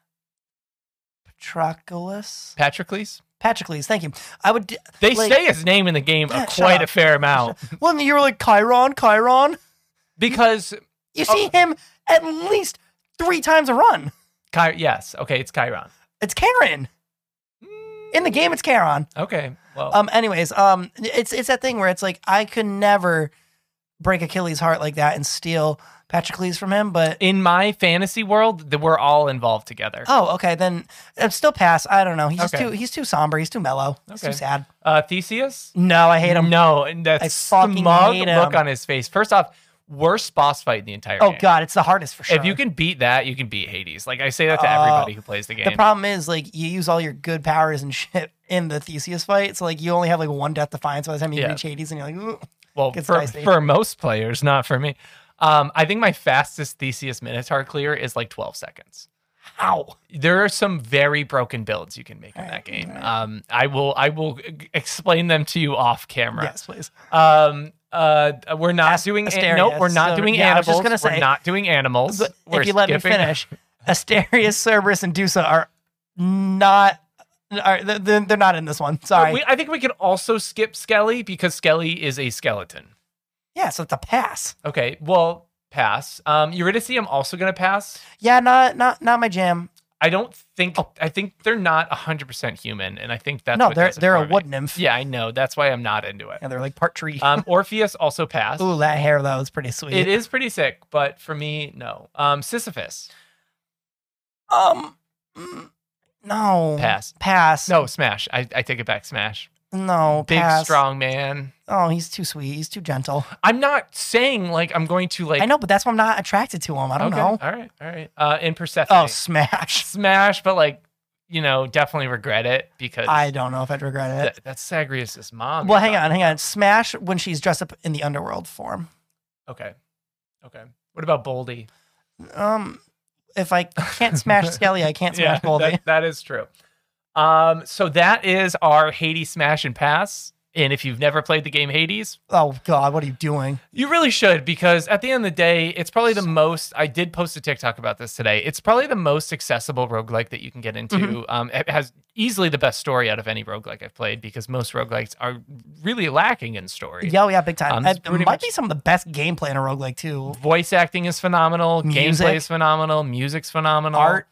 Patroclus, Patrocles. Patrocles. Thank you. I would. Do, They Like- say his name in the game Yeah, a shut quite a up. [laughs] fair amount well, you were like Chiron, Chiron. because You see Oh. him at least three times a run. Chi- yes, okay, it's Chiron. It's Karen. In the game, it's Karen. Okay, well, Um. Anyways, um, it's it's that thing where it's like I could never break Achilles' heart like that and steal Patrocles from him, but in my fantasy world, that we're all involved together. oh, okay, then i still pass. I don't know. He's just Okay. too he's too somber. He's too mellow. He's too Okay. sad. Uh, Theseus, No, I hate him. no, and that I fucking smug hate look him. on his face. First off, worst boss fight in the entire Oh game. god, it's the hardest for sure. If you can beat that, you can beat Hades. Like I say that to Oh, everybody who plays the game. the problem is like you use all your good powers and [laughs] shit in the Theseus fight, so like you only have like one death defiance by the time you Yeah. reach Hades, and you're like, Ooh. well, gets for, dicey. for most players, not for me. Um, I think my fastest Theseus Minotaur clear is like 12 seconds. how? There are some very broken builds you can make in that Alright, game. alright. Um, I will I will g- explain them to you off camera. Yes, please. Um, uh, we're not doing Asterius. an- nope. We're not So, doing yeah, I animals. was just gonna we're say, not doing animals. But We're if you let skipping- [laughs] me finish, Asterius, Cerberus, and Dusa are not. Are, they're- they're, they're not in this one. Sorry. We- I think we could also skip Skelly because Skelly is a skeleton. yeah, so it's a pass. Okay, well, pass. Um, Eurydice, I'm also gonna pass. Yeah, not not not my jam. I don't think I think they're not 100 percent human, and I think that's Oh. no, what they're does it they're for a me. wood nymph. Yeah, I know. That's why I'm not into it. and they're like part tree. Um, Orpheus also passed. Ooh, that hair though is pretty sweet. It is pretty sick, but for me, no. Um, Sisyphus, Um, mm, no. Pass. Pass. no, Smash. I, I take it back. Smash, No. big pass. strong man. Oh, he's too sweet. He's too gentle. I'm not saying like I'm going to like. I know, but that's why I'm not attracted to him. I don't okay, know. All right, all right. Uh, in Persephone, Oh, smash. Smash, but like you know, definitely regret it because I don't know if I'd regret it. th- that's Sagrius's mom. Well, hang on, hang on. Smash when she's dressed up in the underworld form. Okay, okay. What about Boldy? Um, if I [laughs] can't smash Skelly, I can't smash Goldie. that- that is true. Um, so that is our Hades smash and pass. And if you've never played the game Hades, Oh God, what are you doing? you really should because at the end of the day, it's probably the most. I did post a TikTok about this today. It's probably the most accessible roguelike that you can get into. Mhm. Um, it has easily the best story out of any roguelike I've played because most roguelikes are really lacking in story. Yeah, oh, yeah, big time. Um, That it's pretty might much- be some of the best gameplay in a roguelike too. Voice acting is phenomenal. Music. Gameplay is phenomenal. Music's phenomenal. Art.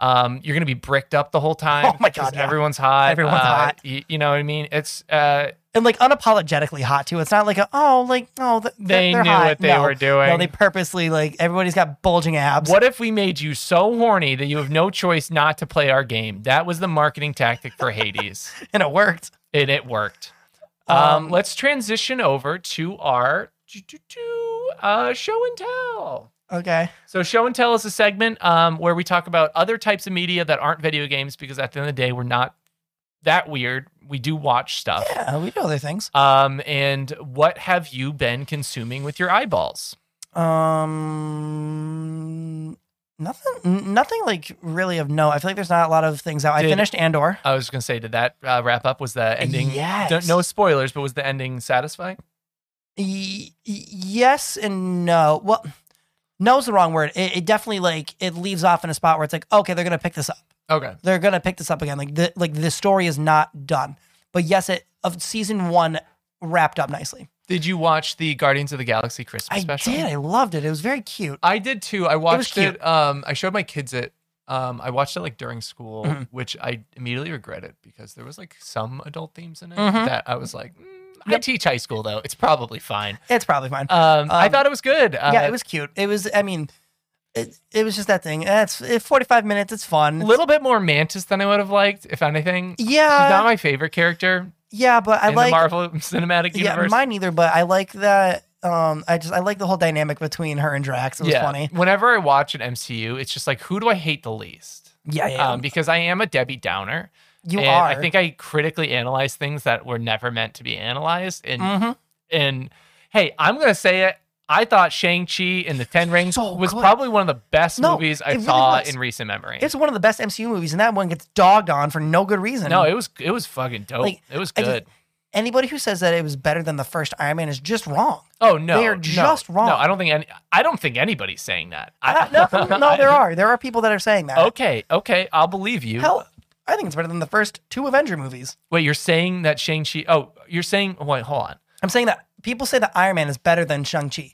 Um, you're gonna be bricked up the whole time. Oh my 'cause God, yeah. Everyone's hot. Everyone's Uh, hot. y- you know what I mean? It's uh, and like unapologetically hot too. It's not like a oh like oh th- th- they they're knew hot. what they no. were doing. No, they purposely like everybody's got bulging abs. what if we made you so horny that you have no choice not to play our game? That was the marketing tactic for Hades, And it worked. and it worked. Um, Um, let's transition over to our uh, show and tell. Okay. So, show and tell is a segment um, where we talk about other types of media that aren't video games because at the end of the day, we're not that weird. We do watch stuff. Yeah, we do other things. Um, and what have you been consuming with your eyeballs? Um, nothing. n- Nothing like really of no. I feel like there's not a lot of things out. I Did- finished Andor. I was gonna say, did that uh, wrap up? Was the ending? Yes. Don't- No spoilers, but was the ending satisfying? Y- y- yes and no. Well, no is the wrong word. It, it definitely like it leaves off in a spot where it's like, okay, they're gonna pick this up. Okay. They're gonna pick this up again. Like the like the story is not done. But yes, it of season one wrapped up nicely. Did you watch the Guardians of the Galaxy Christmas I special? did. I loved it. It was very cute. I did too. I watched it. cute. um, I showed my kids it. Um, I watched it like during school, Mhm. which I immediately regretted because there was like some adult themes in it Mhm. that I was like, mm, I Yep. teach high school though. It's probably fine. It's probably fine. Um, I Um, thought it was good. Uh, yeah, it was cute. It was. I mean, it, it was just that thing. Eh, It's eh, 45 minutes. It's fun. a little bit more Mantis than I would have liked, if anything. She's yeah, not my favorite character yeah, but I in the like. Marvel [laughs] Cinematic yeah, Universe. mine either. But I like that. Um, I just I like the whole dynamic between her and Drax. It was funny. Whenever I watch an MCU, it's just like, who do I hate the least? Yeah, yeah. Um, because I am a Debbie Downer. you and are. I think I critically analyze things that were never meant to be analyzed. And Mhm. and hey, I'm gonna say it. I thought Shang Chi and the Ten Rings So was good. probably one of the best No, movies I it really saw was. in recent memory. It's one of the best MCU movies, and that one gets dogged on for no good reason. no, it was it was fucking dope. Like, it was I good. just- anybody who says that it was better than the first Iron Man is just wrong. oh no, they are no, just wrong. No, I don't think any. I don't think anybody's saying that. Ah, I, no, [laughs] no, there are there are people that are saying that. Okay, okay, I'll believe you. Hell, I think it's better than the first two Avenger movies. Wait, you're saying that Shang Chi? Oh, you're saying wait, hold on. I'm saying that people say that Iron Man is better than Shang Chi.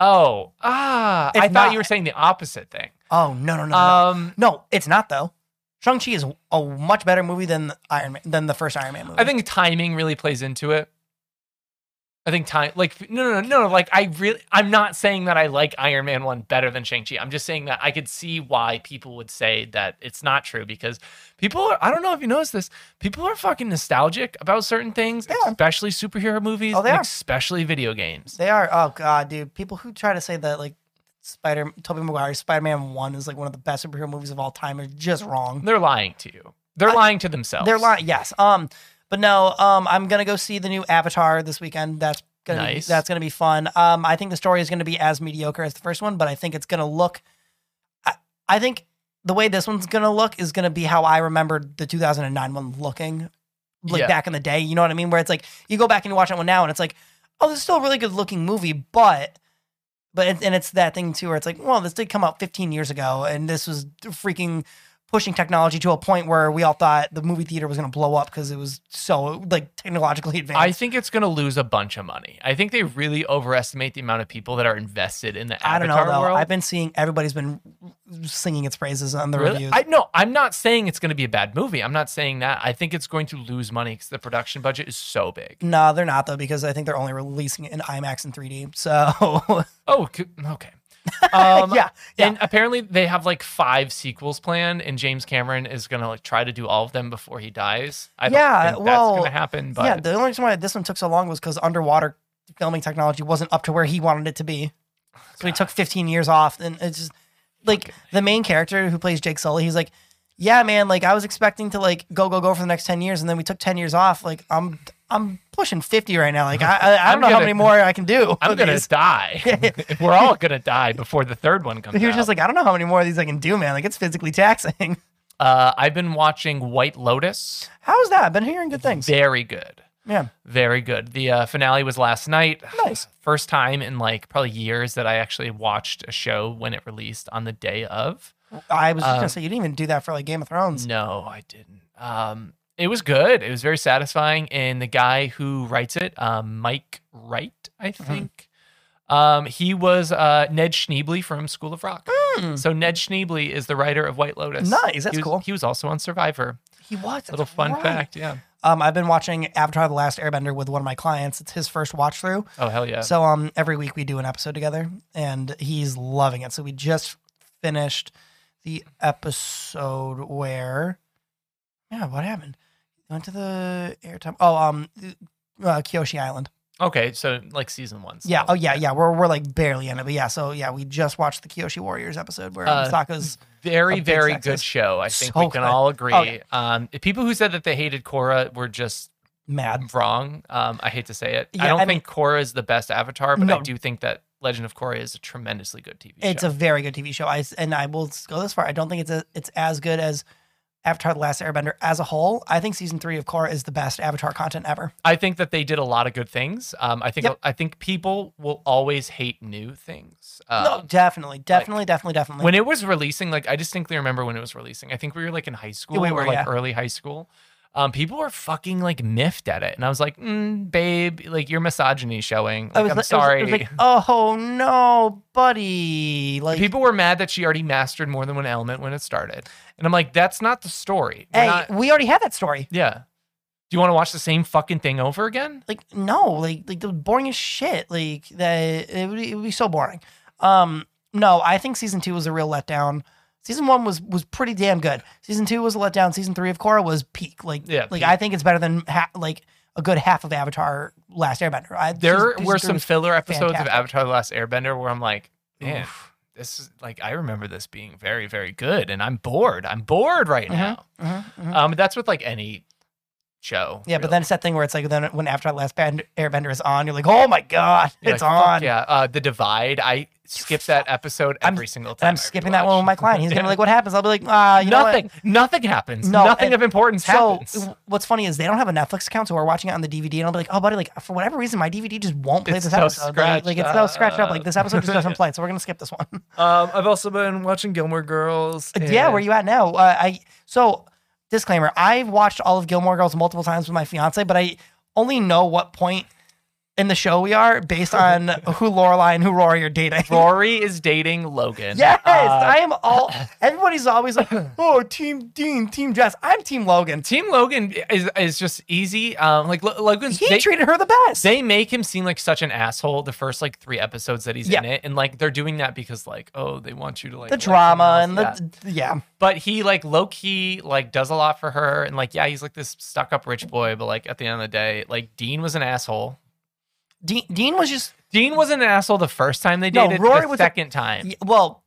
Oh, ah, I It's thought not. you were saying the opposite thing. Oh no no no Um, no. no! It's not though. Shang Chi is a much better movie than Iron Man than the first Iron Man movie. I think timing really plays into it. I think time, like no, no, no, no. Like I really, I'm not saying that I like Iron Man one better than Shang Chi. I'm just saying that I could see why people would say that it's not true because people are. I don't know if you noticed this. People are fucking nostalgic about certain things, They are. especially superhero movies, Oh, they and are. especially video games. They are. Oh god, dude. People who try to say that like Spider Tobey Maguire's Spider Man One is like one of the best superhero movies of all time are just wrong. They're lying to you. They're I- lying to themselves. They're lying. Yes. Um. But no. Um. I'm gonna go see the new Avatar this weekend. That's gonna be, Nice. that's gonna be fun. Um. I think the story is gonna be as mediocre as the first one, but I think it's gonna look. I, I think the way this one's gonna look is gonna be how I remembered the 2009 one looking, like Yeah. back in the day. You know what I mean? Where it's like you go back and you watch that one now, and it's like, oh, this is still a really good looking movie, but. But it, and it's that thing too, where it's like, well, this did come out 15 years ago, and this was freaking pushing technology to a point where we all thought the movie theater was going to blow up because it was so like technologically [laughs] I advanced. think it's going to lose a bunch of money. I think they really overestimate the amount of people that are invested in the I, Avatar don't know though. world. I've been seeing everybody's been singing its praises on the Really? reviews. I no, I'm not saying it's going to be a bad movie. I'm not saying that. I think it's going to lose money because the production budget is so big. no, they're not though because I think they're only releasing it in IMAX and 3D. So [laughs] Oh, c- okay. Um, yeah, And apparently they have like five sequels planned, and James Cameron is going to like try to do all of them before he dies. I don't Yeah, think well, that's going to happen. But yeah. The only reason why this one took so long was because underwater filming technology wasn't up to where he wanted it to be. So he took 15 years off, and it's just like the main character who plays Jake Sully. He's like, "Yeah, man. Like I was expecting to like go go go for the next 10 years, and then we took 10 years off. Like I'm I'm pushing 50 right now. Like I I, [laughs] I'm I don't know how gonna- many more I can do. [laughs] I'm of going to these." [laughs] die. [laughs] We're all going to die before the third one comes He was out. just like, I don't know how many more of these I can do, man. Like it's physically taxing. [laughs] uh, I've been watching White Lotus. How's that? I've been hearing good things. Very good. Yeah. Very good. The uh, finale was last night. [sighs] Nice. First time in like probably years that I actually watched a show when it released on the day of. I was just Um, gonna say you didn't even do that for like Game of Thrones. No, I didn't. Um, it was good. It was very satisfying. And the guy who writes it, um, Mike Wright, I Mm-hmm. think, um, he was uh, Ned Schneebly from School of Rock. Hmm. So Ned Schneebly is the writer of White Lotus. Nice, that's He was- cool. He was also on Survivor. He was Little that's fun right. fact. Yeah. Um, I've been watching Avatar: The Last Airbender with one of my clients. It's his first watch through. Oh hell yeah. So um, every week we do an episode together, and he's loving it. So we just finished the episode where, yeah, what happened? Went to the airtime. Oh, um, uh, Kyoshi Island. okay. So like season one. Yeah. still. Oh, yeah, yeah. We're we're like barely in it, but yeah. So yeah, we just watched the Kyoshi Warriors episode where Uh, Sokka's. very of big very sexes. good show. I think So we can good. all agree. Oh, yeah. Um, people who said that they hated Korra were just Mad. wrong. Um, I hate to say it. I Yeah, don't I think Korra is the best Avatar, but I No. do think that Legend of Korra is a tremendously good TV show. It's a very good TV show. I s- and I will s- go this far. I don't think it's a, it's as good as Avatar: The Last Airbender as a whole. I think season three of Korra is the best Avatar content ever. I think that they did a lot of good things. Um, I think Yep. I think people will always hate new things. Um, no, definitely, definitely, definitely, definitely. when it was releasing, like I distinctly remember when it was releasing. I think we were like in high school we or were, like yeah. early high school. Um, people were fucking like miffed at it, and I was like, mm, "Babe, like your misogyny is showing." Like, I was I'm like- it was- sorry. it was like, oh no, buddy. Like People were mad that she already mastered more than one element when it started, and I'm like, "That's not the story." We're hey, not- we already had that story. yeah. Do you want to watch the same fucking thing over again? Like no, like like the boring as shit. Like that it would, it would be so boring. Um, no, I think season two was a real letdown. Season one was was pretty damn good. Season two was a letdown. Season three of Korra was peak. Like Yeah, like peak. I think it's better than ha- like a good half of Avatar Last Airbender. I, There season- season were three some was- filler episodes fantastic. of Avatar: The Last Airbender where I'm like, "Man, Oof. this is like I remember this being very, very good, and I'm bored. I'm bored right Mhm. now." Mhm, mhm. Um, but that's with like any show. yeah, but really. then it's that thing where it's like then when Avatar Last Band- Airbender is on, you're like, oh my god, You're it's like, fuck on. Yeah, uh, the divide. I skip that episode I'm- every single time. And I'm I skipping that one with [laughs] my rewatch. client. He's gonna Yeah. be like, what happens? I'll be like, ah, you know what? nothing. Nothing happens. No, nothing and- of importance So happens. w- what's funny is they don't have a Netflix account, so we're watching it on the DVD, and I'll be like, "Oh, buddy, like for whatever reason, my DVD just won't play It's this so episode. Like, like, scratched it's so scratched up. up. Like this episode [laughs] just doesn't play, so we're gonna skip this one." Um, I've also been watching Gilmore Girls. yeah, where you at now? Uh, I so disclaimer: I've watched all of Gilmore Girls multiple times with my fiance, but I only know what point in the show we [laughs] are based on who Lorelai and who Rory are dating. Rory is dating Logan. [laughs] Yes, Uh, I am [laughs] all. Everybody's always like, "Oh, Team Dean, Team Jess." I'm Team Logan. Team Logan is is just easy. Um, like Lo- Logan's He they, treated her the best. they make him seem like such an asshole the first like three episodes that he's Yeah. in it, and like they're doing that because like oh they want you to like the like someone drama else. and Yeah. the yeah. but he like low key like does a lot for her, and like yeah he's like this stuck up rich boy, but like at the end of the day like Dean was an asshole. Dean, Dean was just Dean was an asshole the first time they No, dated. Rory the was a- second time. y- well.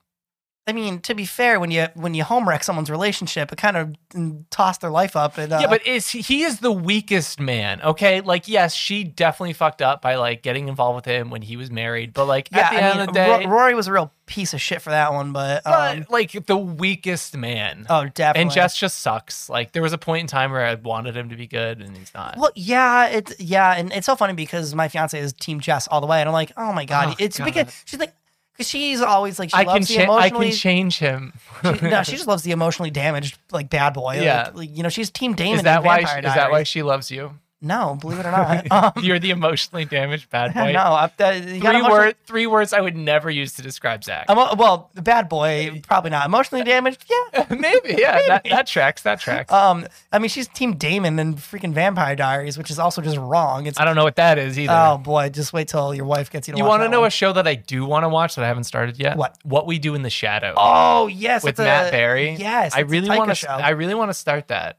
I mean, to be fair, when you when you home wreck someone's relationship, it kind of mm, toss their life up. And, uh, yeah, but is he is the weakest man? Okay, like yes, she definitely fucked up by like getting involved with him when he was married, but like yeah, at the I end mean, of the day, Ro- Rory was a real piece of shit for that one. But, but um, like the weakest man. oh, definitely. and Jess just sucks. Like there was a point in time where I wanted him to be good, and he's not. Well, yeah, it's yeah, and it's so funny because my fiance is Team Jess all the way, and I'm like, oh my god, Oh, it's God. because she's like, because she's always like, she I can loves cha- the I can emotionally. change him. [laughs] she- no, she just loves the emotionally damaged like bad boy. Yeah. like, like, you know, she's Team Damon. is that in why? Vampire is that why Diaries. she loves [laughs] you? No, believe it or [laughs] not. Um, [laughs] You're the emotionally damaged bad no, boy. I, uh, you got Three emotional- words. Three words I would never use to describe Zach. emo- well, the bad Uh, boy, probably not emotionally damaged. Yeah. [laughs] Maybe. Yeah. That, that tracks. That tracks. Um, I mean, she's Team Damon in freaking Vampire Diaries, which is also just wrong. It's I don't know what that is either. oh boy, just wait till your wife gets you. To you want to know a show that I do want to watch that I haven't started yet? What? What we do in the shadows. Oh yes, with it's a- Matt Berry. Yes, I it's a really Taika want show. to. I really want to start that.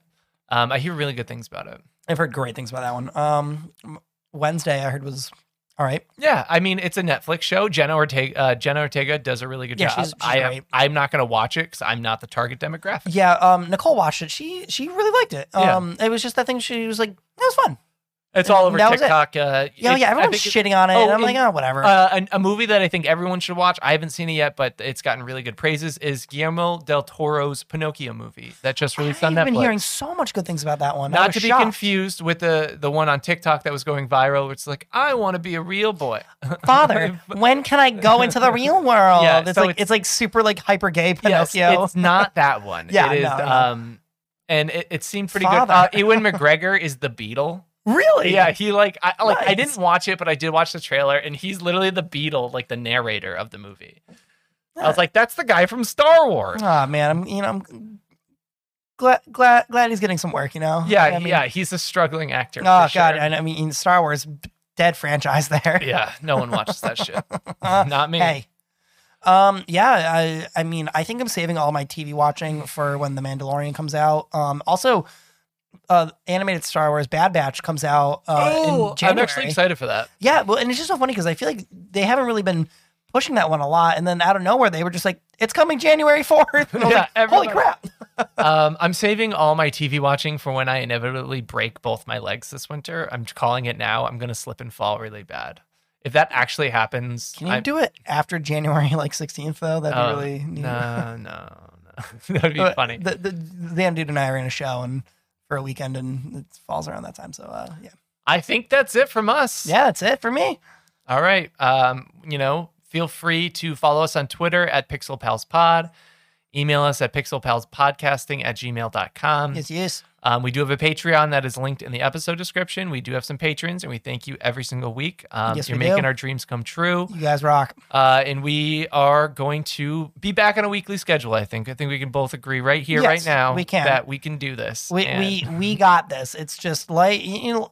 Um, I hear really good things about it. I've heard great things about that one. Um, Wednesday, I heard was all right. Yeah, I mean it's a Netflix show. Jenna Ortega, uh, Jenna Ortega does a really good Yeah, job. she's- she's I great. am, I'm not going to watch it because I'm not the target demographic. Yeah, um, Nicole watched it. She she really liked it. Yeah. Um, it was just that thing. She was like, that was fun. It's all over That was it. TikTok. Uh, Yeah, it's- yeah. I Everyone's think it- shitting on it, oh, and and- I'm like, oh, whatever. Uh, a, a movie that I think everyone should watch. I haven't seen it yet, but it's gotten really good praises. Is Guillermo del Toro's Pinocchio movie that just released on I've Netflix? been hearing so much good things about that one. I not was to be shocked. confused with the the one on TikTok that was going viral. It's like I want to be a real [laughs] boy. [laughs] [laughs] Father, when can I go into the real world? Yeah, it's so like it's- it's, like super like hyper gay Yes, Pinocchio. it's not that one. [laughs] Yeah, it is. no, no. Um, and it, it seemed pretty Father. good. Uh, Ewan McGregor is the Beetle. really? Yeah, he like I like I Nice. didn't watch it, but I did watch the trailer, and he's literally the Beetle, like the narrator of the movie. I was like, that's the guy from Star Wars. Oh man, I'm you know I'm glad glad glad he's getting some work. You know? yeah, Uh-huh. I mean, yeah, he's a struggling actor. Oh for god, sure. and I mean Star Wars, dead franchise [laughs] there. yeah, no one watches that [laughs] shit. [laughs] Not me. Hey. Um, yeah, I, I mean, I think I'm saving all my TV watching for when The Mandalorian comes out. Um, also, uh, animated Star Wars Bad Batch comes out uh, oh, in I'm January. actually excited for that. yeah, well, and it's just so funny because I feel like they haven't really been pushing that one a lot. And then out of nowhere, they were just like, it's coming January [laughs] 4th. And I [laughs] was Yeah, like, everybody- Holy crap. Um, I'm saving all my TV watching for when I inevitably break both my legs this winter. I'm calling it now. I'm gonna slip and fall really bad. If that actually happens, Can you I'm- do it after January [laughs] like 16th, though? That'd be Oh, really neat. No, no, no. [laughs] That'd be But funny. The, the, the damn dude and I are in a show and for a weekend and it falls around that time. So, uh, yeah. Mm-hmm. I think that's it from us. Yeah, that's it for me. All right. Um, you know, feel free to follow us on Twitter at Pixel Pals Pod. Email us at pixelpalspodcasting at gmail.com. Yes, yes. Um, we do have a Patreon that is linked in the episode description. We do have some patrons, and we thank you every single week. Um, Yes, you're we making do. our dreams come true. You guys rock. Uh, and we are going to be back on a weekly schedule, I think. I think we can both agree right here, Yes, right now, we can. that we can do this. We And- we we got this. It's just like you, you know,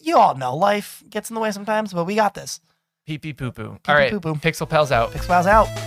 you all know life gets in the way sometimes, but we got this. Pee pee poo poo. Pee All pee right. poo poo. Pixel Pals out. Pixel Files out.